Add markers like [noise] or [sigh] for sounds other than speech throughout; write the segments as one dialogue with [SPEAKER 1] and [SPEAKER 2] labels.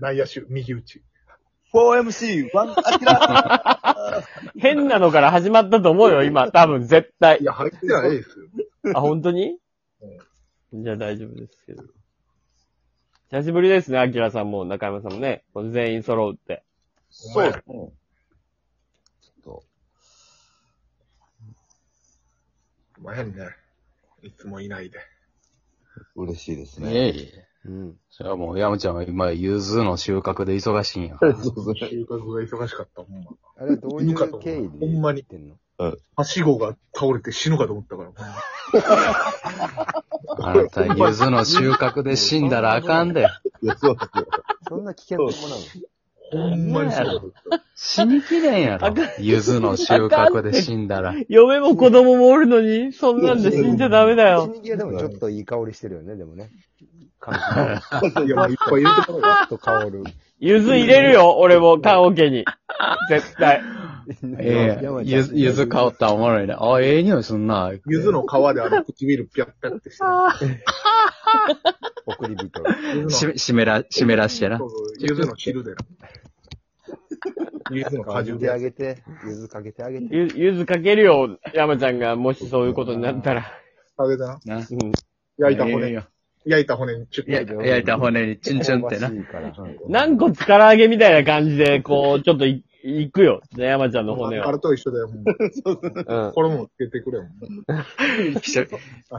[SPEAKER 1] 内野手、右打ち。
[SPEAKER 2] 4MC、ワン、アキラ。
[SPEAKER 3] 変なのから始まったと思うよ、今。多分、絶対
[SPEAKER 1] い。や、入ってないですよ。
[SPEAKER 3] あ、本当にじゃあ大丈夫ですけど。久しぶりですね、アキラさんも中山さんもね。全員揃うって。
[SPEAKER 1] お前
[SPEAKER 2] うん。ちょっと、
[SPEAKER 1] お前ね。いつもいないで。
[SPEAKER 2] 嬉しいです
[SPEAKER 4] い
[SPEAKER 2] ね。
[SPEAKER 4] えいえ。
[SPEAKER 3] うん。
[SPEAKER 4] それはもう、山ちゃんは今、ゆずの収穫で忙しいんや。
[SPEAKER 1] 収穫が忙しかった、ほんま。
[SPEAKER 5] あれはどういう経緯
[SPEAKER 1] ほ
[SPEAKER 5] で
[SPEAKER 1] んまに
[SPEAKER 5] 言ってんの
[SPEAKER 1] はしごが倒れて死ぬかと思ったから、ほんま
[SPEAKER 4] あなた、ゆずの収穫で死んだらあかんで。
[SPEAKER 2] いや、そうですよ。
[SPEAKER 5] そんな危険なものなの
[SPEAKER 1] ほんまにそうだと思った。
[SPEAKER 4] 死にきれんやろ。ゆずの収穫で死んだら。
[SPEAKER 3] 嫁も子供もおるのに、そんなんで死んじゃダメだ
[SPEAKER 5] 死
[SPEAKER 3] よ。
[SPEAKER 5] に際でもちょっといい香りしてるよね、でもね。
[SPEAKER 1] いや、もういっぱい入れても
[SPEAKER 5] ちょ
[SPEAKER 1] ら
[SPEAKER 5] っと香る。
[SPEAKER 3] ゆず入れるよ、俺も、カオケに。絶対。
[SPEAKER 4] ええゆず、ゆず香ったらおもろいね。あ、ええ匂いすんな。
[SPEAKER 1] ゆずの皮であの唇ピャッピャッってして。
[SPEAKER 5] 送り人。
[SPEAKER 1] ゆず
[SPEAKER 4] し
[SPEAKER 1] の
[SPEAKER 4] め、しめら、しめらしてな
[SPEAKER 1] そ。うそうゆずの汁でな。ゆずの果
[SPEAKER 5] か
[SPEAKER 1] 汁
[SPEAKER 5] け
[SPEAKER 1] で
[SPEAKER 5] てあ。げて、ゆずかけてあげて。
[SPEAKER 3] ゆ、ゆずかけるよ、山ちゃんが、もしそういうことになったら。
[SPEAKER 1] あげたな。
[SPEAKER 4] な
[SPEAKER 3] うん。
[SPEAKER 1] 焼いた
[SPEAKER 4] ええ
[SPEAKER 1] 骨。
[SPEAKER 4] よ
[SPEAKER 1] 焼いた骨にチュッ
[SPEAKER 4] や
[SPEAKER 1] と。
[SPEAKER 4] 焼いた骨にチュンチュンって
[SPEAKER 5] 香。
[SPEAKER 4] な
[SPEAKER 5] ばしいからうん
[SPEAKER 3] 軟骨唐揚げみたいな感じで、こう、ちょっとい、いくよ。ね、山ちゃんの骨
[SPEAKER 1] あ
[SPEAKER 3] を。
[SPEAKER 1] れと一緒だよ、もう。
[SPEAKER 3] うん。
[SPEAKER 1] 衣をつけてくれよ、も
[SPEAKER 4] 一人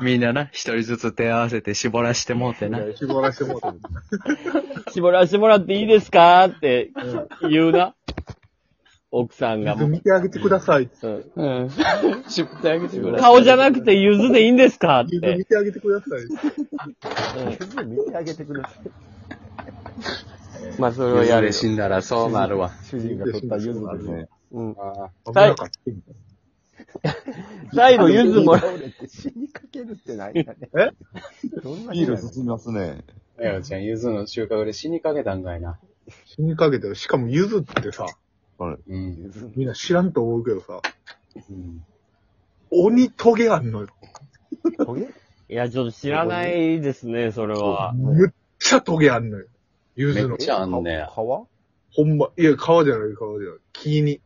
[SPEAKER 4] みんなな、一人ずつ手合わせて絞らしてもうてな。
[SPEAKER 1] う。絞らしてもうた。
[SPEAKER 3] 絞らしてもらっていいですかって言うな。奥さんが
[SPEAKER 1] 水
[SPEAKER 3] もう。
[SPEAKER 1] 見てあげてください。
[SPEAKER 3] うん
[SPEAKER 4] うん。 [laughs] 絞ってあげてください。
[SPEAKER 3] 顔じゃなくてゆずでいいんですかっ
[SPEAKER 1] 水見
[SPEAKER 3] て。
[SPEAKER 1] てあげてください。
[SPEAKER 5] ゆず見てあげてください。
[SPEAKER 3] まあ、それ
[SPEAKER 4] ゆ
[SPEAKER 3] は
[SPEAKER 4] ず
[SPEAKER 3] やる
[SPEAKER 4] で
[SPEAKER 3] よ。
[SPEAKER 4] 死んだらそうなるわ。
[SPEAKER 5] 主人が取ったゆずですね。
[SPEAKER 3] うん。
[SPEAKER 1] 危なかった。
[SPEAKER 3] 最後、ゆずもら
[SPEAKER 5] 倒れて死にかけるってないんだね。
[SPEAKER 1] え
[SPEAKER 5] どんな
[SPEAKER 6] ビ
[SPEAKER 5] 日
[SPEAKER 6] ー
[SPEAKER 5] な
[SPEAKER 6] ル
[SPEAKER 5] の
[SPEAKER 6] 進みますね。
[SPEAKER 4] えよちゃん、ゆずの収穫で死にかけたんかいな。
[SPEAKER 1] 死にかけてる。しかもゆずってさ、
[SPEAKER 4] うん。
[SPEAKER 5] ゆず
[SPEAKER 1] みんな知らんと思うけどさ、
[SPEAKER 4] うん
[SPEAKER 1] 鬼トゲあんのよ。
[SPEAKER 5] トゲ
[SPEAKER 3] いや、ちょっと知らないですね、それは。
[SPEAKER 1] むっちゃトゲあんのよ。ゆ
[SPEAKER 4] め
[SPEAKER 1] ずの
[SPEAKER 4] っ。ちゃあんねや。
[SPEAKER 5] 川
[SPEAKER 1] ほんま、いや、皮じゃない、皮じゃない。木に。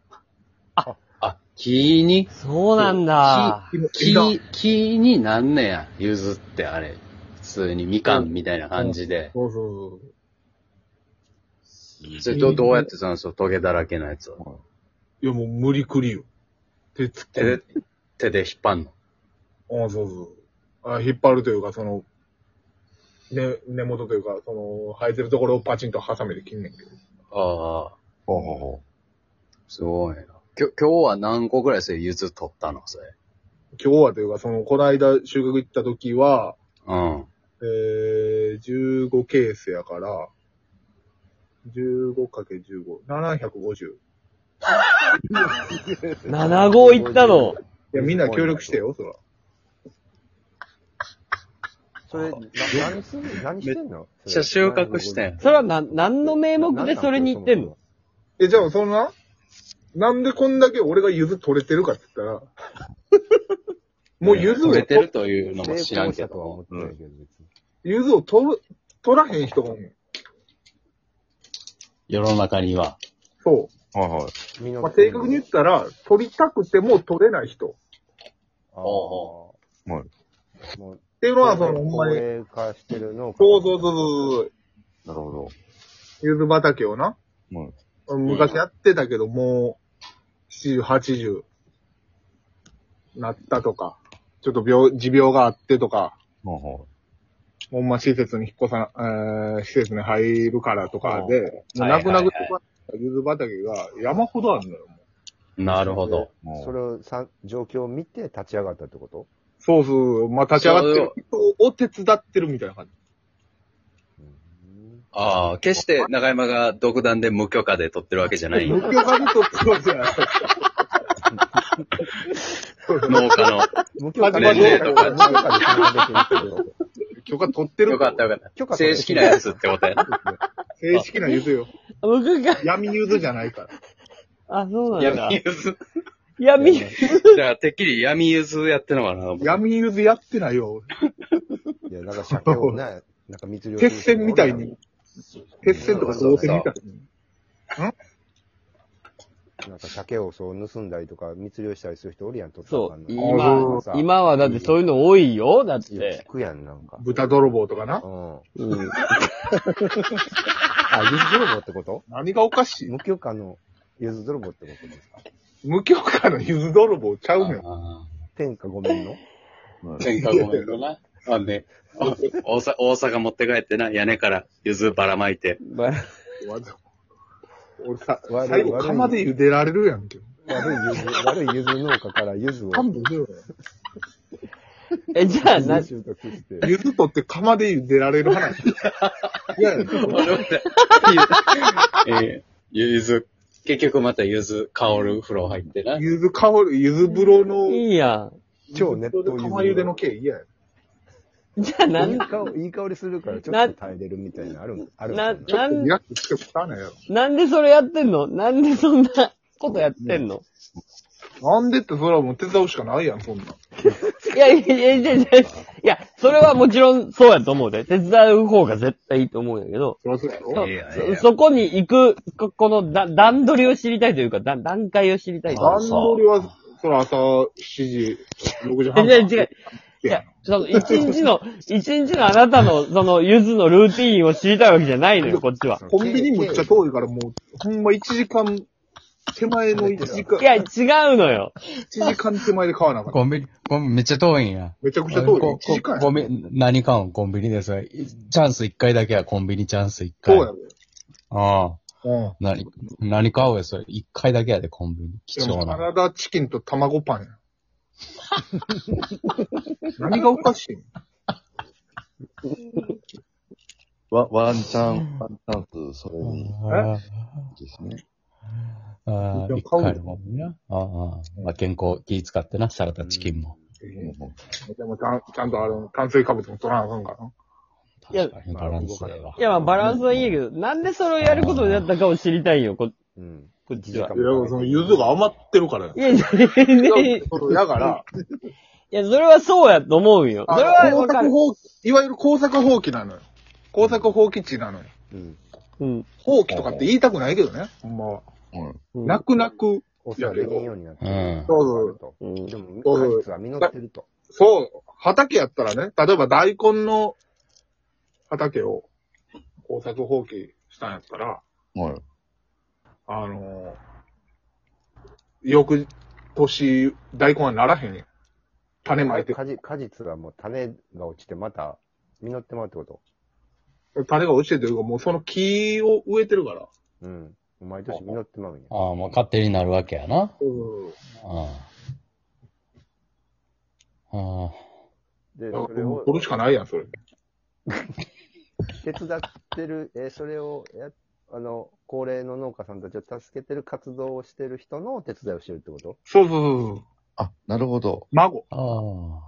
[SPEAKER 4] あ、木に、
[SPEAKER 3] そうなんだ。
[SPEAKER 1] 木の枝
[SPEAKER 4] 木、木になんねや、ゆずってあれ。普通にみかんみたいな感じで。
[SPEAKER 1] そうそうそう。
[SPEAKER 4] それどどうやってたんですよ、トゲだらけのやつを。
[SPEAKER 1] いや、もう無理くりよ。手つって。
[SPEAKER 4] 手で、手で引っ張んの。
[SPEAKER 1] うん、そうそう。あ引っ張るというか、その、ね、根元というか、その、生えてるところをパチンと挟めて切んねんけど。
[SPEAKER 4] ああ、
[SPEAKER 6] ほうほうほ
[SPEAKER 4] すごいな。きょ、今日は何個ぐらいですよ、ゆず取ったの、それ。
[SPEAKER 1] 今日はというか、その、この間収穫行った時は、
[SPEAKER 4] うん。
[SPEAKER 1] えー、15ケースやから、15×15、750。い
[SPEAKER 3] 7号行ったの。
[SPEAKER 1] や、みんな協力してよ、そら。
[SPEAKER 5] それ、な何する何してんの
[SPEAKER 4] めっちゃ収穫してん
[SPEAKER 3] それはな、何の名目でそれに行ってんの
[SPEAKER 1] え、じゃあ、そんな、なんでこんだけ俺が柚子取れてるかって言 [laughs] ったら、もう柚子を
[SPEAKER 4] 取れ
[SPEAKER 1] 取、
[SPEAKER 4] てるというのも
[SPEAKER 5] 成
[SPEAKER 4] 知ら
[SPEAKER 5] 功
[SPEAKER 4] ん
[SPEAKER 5] 者
[SPEAKER 4] け
[SPEAKER 5] とは思
[SPEAKER 4] ど
[SPEAKER 5] っ。てないけど、別に。
[SPEAKER 1] 柚子を取る、取らへん人がおんねん。
[SPEAKER 4] 世の中には。
[SPEAKER 1] そ
[SPEAKER 6] う。
[SPEAKER 1] う。
[SPEAKER 6] はいはい。
[SPEAKER 5] 実って
[SPEAKER 1] まあ、正確に言ったら、取りたくても取れない人。っ
[SPEAKER 5] ああ。
[SPEAKER 4] ほ
[SPEAKER 5] も、
[SPEAKER 6] うほうはいう
[SPEAKER 5] もう、
[SPEAKER 1] ていうのは、その、ほん
[SPEAKER 5] 高
[SPEAKER 1] まに、
[SPEAKER 5] 齢化してるの
[SPEAKER 1] そうそうそうそうそう、
[SPEAKER 6] なるほど。
[SPEAKER 1] ゆず畑をな、
[SPEAKER 6] うん。
[SPEAKER 1] 昔やってたけど、もう、70、80、なったとか、ちょっと病、持病があってとか、
[SPEAKER 6] ほうほ
[SPEAKER 1] ほんま施設に引っ越さな、えー、施設に入るからとかで、
[SPEAKER 4] うん
[SPEAKER 1] もうなくなく
[SPEAKER 4] はいはい
[SPEAKER 1] とゆず畑が山ほどあるのよ。もう
[SPEAKER 4] なるほど。
[SPEAKER 6] う。もう
[SPEAKER 5] それをさ、状況を見て立ち上がったってこと
[SPEAKER 1] そうそう、まあ、立ち上がってる人を手伝ってるみたいな感じ。
[SPEAKER 5] うん
[SPEAKER 4] ああ、決して中山が独断で無許可で取ってるわけじゃない
[SPEAKER 1] 無
[SPEAKER 4] よ。
[SPEAKER 1] 許可で取ってますよ。
[SPEAKER 4] 農家の。 [laughs]
[SPEAKER 5] 無許可で、
[SPEAKER 4] 年齢とか
[SPEAKER 5] 無許可で参加できるってこ
[SPEAKER 1] 許可取ってる
[SPEAKER 4] よかったよかっ
[SPEAKER 5] 許
[SPEAKER 4] た。
[SPEAKER 5] 可
[SPEAKER 4] 正式なやつってことやな。
[SPEAKER 1] 正式なゆずよ。
[SPEAKER 3] 僕が、
[SPEAKER 1] 闇ゆずじゃないから。
[SPEAKER 3] あ、そうなんだ
[SPEAKER 4] 闇。ゆず。
[SPEAKER 3] 闇、
[SPEAKER 4] だからてっきり闇ゆずやってのかな。
[SPEAKER 1] 闇ゆずやってないよ。
[SPEAKER 5] と。いや、なんか社協ね、なんか密漁
[SPEAKER 1] 鉄線みたいに。鉄線とかどうせ見た。
[SPEAKER 5] なんか鮭をそう盗んだりとか密漁したりする人おるやん、と
[SPEAKER 3] そう。
[SPEAKER 1] 今
[SPEAKER 5] さ
[SPEAKER 3] 今はだってそういうの多いよ、だっ
[SPEAKER 5] いや
[SPEAKER 3] て
[SPEAKER 5] 聞。くやん、なんか。
[SPEAKER 1] 豚泥棒とかな
[SPEAKER 5] う。ん。あ、
[SPEAKER 3] うん。
[SPEAKER 5] ゆず泥棒ってこと
[SPEAKER 1] 何がおかしい
[SPEAKER 5] 無許可のゆず泥棒ってことですか
[SPEAKER 1] 無許可のゆず泥棒ちゃうねん。
[SPEAKER 7] あ
[SPEAKER 5] 天下ごめんの
[SPEAKER 7] あ天下ごめんとな。あね。あ大阪、大阪持って帰ってな、屋根からゆずばらまいて。
[SPEAKER 4] [laughs]
[SPEAKER 3] ば
[SPEAKER 1] わざ俺さ、
[SPEAKER 5] 悪い
[SPEAKER 1] 最後
[SPEAKER 5] 悪い
[SPEAKER 1] 釜で茹でられるやんけ。
[SPEAKER 5] 悪いゆず、悪いゆず農家からゆずを。
[SPEAKER 1] 勘弁しろよ
[SPEAKER 3] [laughs] え、じゃあ、な、
[SPEAKER 5] 収穫して。
[SPEAKER 1] ゆず取って釜で茹でられる話。 [laughs] いやいや、
[SPEAKER 7] えーゆず、結局またゆず香る風呂入ってな。
[SPEAKER 1] ゆず香る、ゆず風呂の、
[SPEAKER 3] いいや
[SPEAKER 5] 超熱湯ゆず
[SPEAKER 1] 釜茹での系嫌や。
[SPEAKER 3] ん。じゃあ、ない
[SPEAKER 5] い
[SPEAKER 3] ん、
[SPEAKER 5] 香りいい香りするから、ちょっと耐えれるみたいなのあるん、あるん
[SPEAKER 3] な、
[SPEAKER 5] ですよね
[SPEAKER 3] な
[SPEAKER 1] リ
[SPEAKER 3] ん、
[SPEAKER 1] ラックスしてもらわないや
[SPEAKER 3] なんでそれやってんのなんでそんなことやってんの
[SPEAKER 1] ろ。なんでってそれはもう手伝うしかないやん、そんなん。
[SPEAKER 3] いや、いや、いやいや、いやいや、それはもちろんそうやと思うで。手伝う方が絶対いいと思うんやけど、
[SPEAKER 1] そりゃそうやろ。
[SPEAKER 3] そ
[SPEAKER 7] いやいやいや
[SPEAKER 3] そこに行く、ここのだ段取りを知りたいというか、だ段階を知りたいという
[SPEAKER 1] 段
[SPEAKER 3] か。
[SPEAKER 1] 取りは、それ朝7時、6時
[SPEAKER 3] い
[SPEAKER 1] 半から。
[SPEAKER 3] や、違う。いや、その、一日の、一日のあなたの、その、ゆずのルーティーンを知りたいわけじゃないのよ、こっちは。
[SPEAKER 1] コンビニめっちゃ遠いからもう、ほんま1時間、手前の1時間
[SPEAKER 3] い、や、違うのよ。
[SPEAKER 1] 1時間手前で買わなあかった。
[SPEAKER 4] コンビニ、コンビニめっちゃ遠いんや。
[SPEAKER 1] めちゃくちゃ遠い。1
[SPEAKER 4] こ
[SPEAKER 1] 時間
[SPEAKER 4] こ
[SPEAKER 1] や。
[SPEAKER 4] コンビニ、何かんコンビニですチャンス一回だけや、コンビニチャンス一
[SPEAKER 1] そう
[SPEAKER 4] 回。
[SPEAKER 1] や
[SPEAKER 4] あ
[SPEAKER 1] ろ。
[SPEAKER 4] あ。
[SPEAKER 1] うん。
[SPEAKER 4] 何、何買おうよ、それ。一回だけやで、コンビニ。貴
[SPEAKER 1] でも
[SPEAKER 4] 重
[SPEAKER 1] サ
[SPEAKER 4] な。
[SPEAKER 1] ラダチキンと卵パンや。何がおかしいん
[SPEAKER 2] ワワンチャン、ワンチャンス、それに
[SPEAKER 4] あ
[SPEAKER 2] ですね。
[SPEAKER 4] あああ、
[SPEAKER 1] いや
[SPEAKER 4] 一
[SPEAKER 1] 買うよ
[SPEAKER 4] 回もんな。ああ、まあ、健康気使ってな、サラダチキンも。
[SPEAKER 1] でもちゃんちゃんとあの、炭水化物も取らなあかんからな。
[SPEAKER 3] いや
[SPEAKER 4] 確かにバランスでは。
[SPEAKER 3] いや、まあ、バランスはいいけど、なんでそれをやることになったかを知りたいよ、こ、
[SPEAKER 5] うん。
[SPEAKER 3] こっちは。
[SPEAKER 1] いや、その、ゆずが余ってるからや。
[SPEAKER 3] いや、いやいやいやい
[SPEAKER 1] だから、
[SPEAKER 3] や、それはそうやと思うよ。それ
[SPEAKER 1] あ
[SPEAKER 3] は
[SPEAKER 1] の
[SPEAKER 3] わ
[SPEAKER 1] 工
[SPEAKER 3] か
[SPEAKER 1] 作
[SPEAKER 3] る。
[SPEAKER 1] 放いわゆる工作放棄なのよ。工作放棄地なのよ。
[SPEAKER 5] うん。
[SPEAKER 3] うん。
[SPEAKER 1] 放棄とかって言いたくないけどね。ほんまは。
[SPEAKER 3] うん
[SPEAKER 1] 泣く泣く。
[SPEAKER 5] お世話できんようになって
[SPEAKER 4] う
[SPEAKER 5] る。
[SPEAKER 4] ん。
[SPEAKER 1] そう
[SPEAKER 5] と
[SPEAKER 3] うん
[SPEAKER 5] でも、
[SPEAKER 1] そうそう
[SPEAKER 5] 果実は実ってると。
[SPEAKER 1] そう。畑やったらね、例えば大根の畑を工作放棄したんやったら、
[SPEAKER 2] はい。
[SPEAKER 1] あのー、翌年、大根はならへんやん。種まいて、
[SPEAKER 5] 果実果実がもう種が落ちてまた実ってまうってこと
[SPEAKER 1] 種が落ちてるというか、もうその木を植えてるから。
[SPEAKER 5] うん。毎年実ってまうんや。
[SPEAKER 4] ああ、まあ、勝手になるわけやな。
[SPEAKER 1] うん。
[SPEAKER 4] ああ。ああ。
[SPEAKER 5] で、そ
[SPEAKER 1] 取
[SPEAKER 5] れを
[SPEAKER 1] るしかないやん、それ。
[SPEAKER 5] 手伝ってる、えーそれをや、あの、高齢の農家さんたちを助けてる活動をしてる人の手伝いをしてるってこと
[SPEAKER 1] そうそうそうそう。
[SPEAKER 2] あ、なるほど。
[SPEAKER 1] 孫。
[SPEAKER 4] あ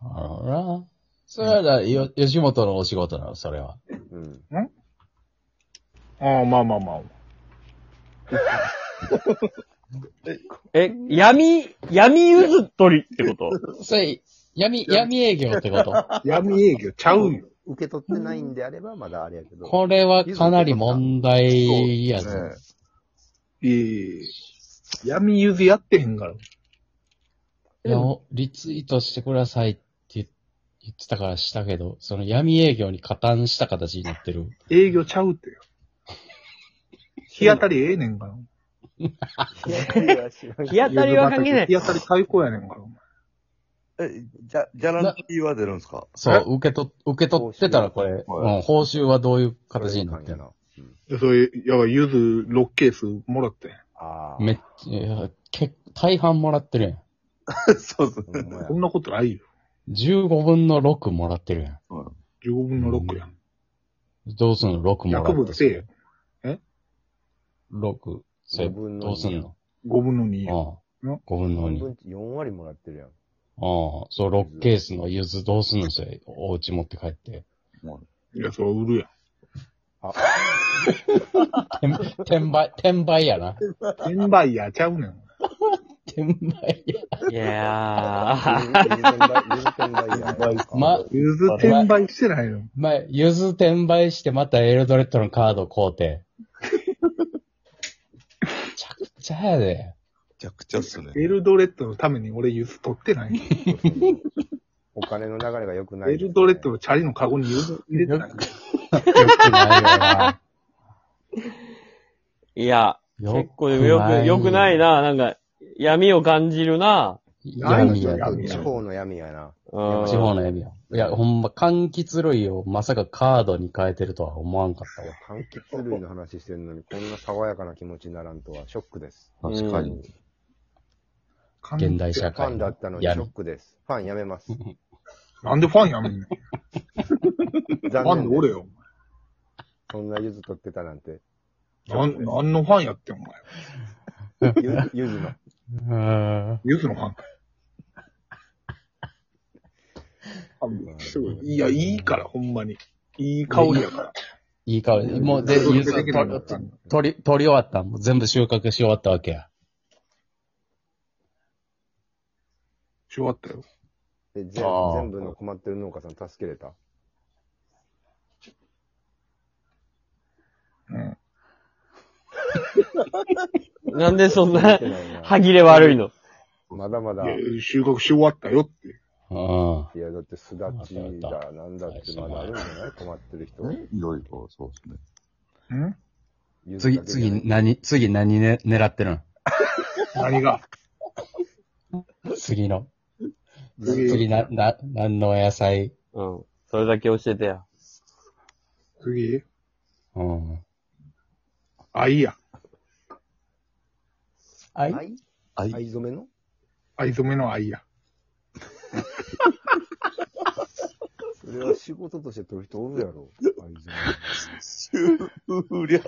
[SPEAKER 4] あ。なるほどな。それはだ、よ、吉本のお仕事なの、それは。
[SPEAKER 5] うん。
[SPEAKER 1] ああ、まあまあまあ。
[SPEAKER 3] え、闇、闇ゆず取りって
[SPEAKER 1] [laughs]
[SPEAKER 3] こと
[SPEAKER 4] それ、闇、闇営業ってこと
[SPEAKER 1] 闇営業ちゃうよ。
[SPEAKER 5] 受け取ってないんであれば、まだあれやけど。
[SPEAKER 4] これはかなり問題やぞ。
[SPEAKER 1] いえいえ。闇ゆずやってへんから。
[SPEAKER 4] いやおリツイートしてくださいって言言ってたからしたけど、その闇営業に加担した形になってる。
[SPEAKER 1] 営業ちゃうってよ。日当たりええねんから。
[SPEAKER 5] 日当たりは知らんけ
[SPEAKER 3] 日当たりは関係ない。
[SPEAKER 1] 日当たり最高やねんから。お前
[SPEAKER 2] え、じゃ、ギャランティーは出るんですか
[SPEAKER 4] [laughs] そう、受け取、受け取ってたらこれ、
[SPEAKER 2] 報酬はい
[SPEAKER 4] うん、報酬はどういう
[SPEAKER 5] ど。
[SPEAKER 4] 形になってるの
[SPEAKER 1] それ、やばい、ゆず6ケースもらってん。
[SPEAKER 5] ああ。
[SPEAKER 4] めっちゃいや、結大半もらってるやん。
[SPEAKER 2] そうです
[SPEAKER 5] ほんまや
[SPEAKER 1] そんなことないよ。
[SPEAKER 4] 15分の6もらってるやん。
[SPEAKER 1] 15分の6やん。
[SPEAKER 4] どうすんの ?6 もら
[SPEAKER 1] 薬
[SPEAKER 4] っ
[SPEAKER 1] 物せえ
[SPEAKER 4] て
[SPEAKER 1] よ。。
[SPEAKER 4] 6。それ
[SPEAKER 5] 五分の二
[SPEAKER 4] どうすんの
[SPEAKER 1] 5分の2やん。
[SPEAKER 4] うん。5分の
[SPEAKER 5] 半
[SPEAKER 4] 2。あ
[SPEAKER 5] 分4割もらってるやん。
[SPEAKER 4] あ、そう、6ケースの柚子どうすんのそれ、お家持って帰って。 [laughs]
[SPEAKER 1] いや、それ売るやん。
[SPEAKER 4] 転転売、転売やな。
[SPEAKER 1] 転売やちゃうねん。
[SPEAKER 4] 転売屋。
[SPEAKER 3] いやー。
[SPEAKER 4] ま、
[SPEAKER 1] ゆず転売してないの。
[SPEAKER 4] まあ、ゆず転売してまたエルドレッドのカード買うて。めちゃくちゃやで。
[SPEAKER 8] ちゃくちゃっすね。
[SPEAKER 1] エルドレッドのために俺ゆず取ってない。
[SPEAKER 5] お金の流れが良くない、
[SPEAKER 1] エルドレッドのチャリのカゴにゆず入れてない。
[SPEAKER 4] よくないよな。
[SPEAKER 3] いや、
[SPEAKER 4] よ
[SPEAKER 3] 結構でもよく、よくない。な。なんか、闇を感じるな。
[SPEAKER 4] 闇や
[SPEAKER 1] 闇
[SPEAKER 4] 闇
[SPEAKER 5] 地
[SPEAKER 4] や
[SPEAKER 5] 方の闇やな。
[SPEAKER 3] うん。
[SPEAKER 4] 地方の闇や。いや、ほんま、柑橘類をまさかカードに変えてるとは思わんかったわ。
[SPEAKER 5] 柑橘類の話してるのに、こんな爽やかな気持ちにならんとは、ショックです。
[SPEAKER 8] 確かに。
[SPEAKER 4] 現代社
[SPEAKER 5] ファ
[SPEAKER 4] 会
[SPEAKER 5] ンだったの
[SPEAKER 4] の
[SPEAKER 5] にショ
[SPEAKER 4] 闇
[SPEAKER 5] ッ。クです。ファンやめます。
[SPEAKER 1] なんでファンやめんねん。フ
[SPEAKER 5] 残
[SPEAKER 1] ァン
[SPEAKER 5] 念
[SPEAKER 1] でおれ
[SPEAKER 5] です。
[SPEAKER 1] よ。
[SPEAKER 5] そんなゆず取ってたなんて。
[SPEAKER 1] なん、なんのファンやってんお前。
[SPEAKER 5] ゆゆずの。
[SPEAKER 4] うん。
[SPEAKER 1] ゆずのファンかよ。すごい。いや、いいから、ほんまに。いい香りやから。
[SPEAKER 4] いい香り。もう、で、ゆず、
[SPEAKER 1] 取
[SPEAKER 4] 取取り、取り終わったんもう全部収穫し終わったわけや。
[SPEAKER 1] し終わったよ。
[SPEAKER 5] でぜ
[SPEAKER 8] あー
[SPEAKER 5] 全部の困ってる農家さん助けれた。
[SPEAKER 1] うん。
[SPEAKER 3] なんでそんな
[SPEAKER 5] 助け、ないな
[SPEAKER 3] 歯切れ悪いの。
[SPEAKER 5] まだまだ。い
[SPEAKER 1] いや収穫し終わったよって。
[SPEAKER 4] うん。
[SPEAKER 5] や、だってすだちだ、なんだってまだあるんじゃない困ってる人。
[SPEAKER 8] ねいろいろ、そうですね。
[SPEAKER 1] ん
[SPEAKER 5] ゆず
[SPEAKER 4] 次、
[SPEAKER 5] だけじゃない
[SPEAKER 4] 次、何、次何ね、狙ってるの
[SPEAKER 1] 何が
[SPEAKER 4] 次の。
[SPEAKER 1] 次
[SPEAKER 4] 次な、な、何の野菜。
[SPEAKER 3] うん。それだけ教えてや。
[SPEAKER 1] 次
[SPEAKER 4] うん。
[SPEAKER 1] あ、いいや。
[SPEAKER 4] あい
[SPEAKER 5] 藍
[SPEAKER 8] あい、
[SPEAKER 5] 藍染めの
[SPEAKER 1] 藍染めのあいや。
[SPEAKER 5] それは仕事として取る人おるやろ。藍染め。
[SPEAKER 8] 終了。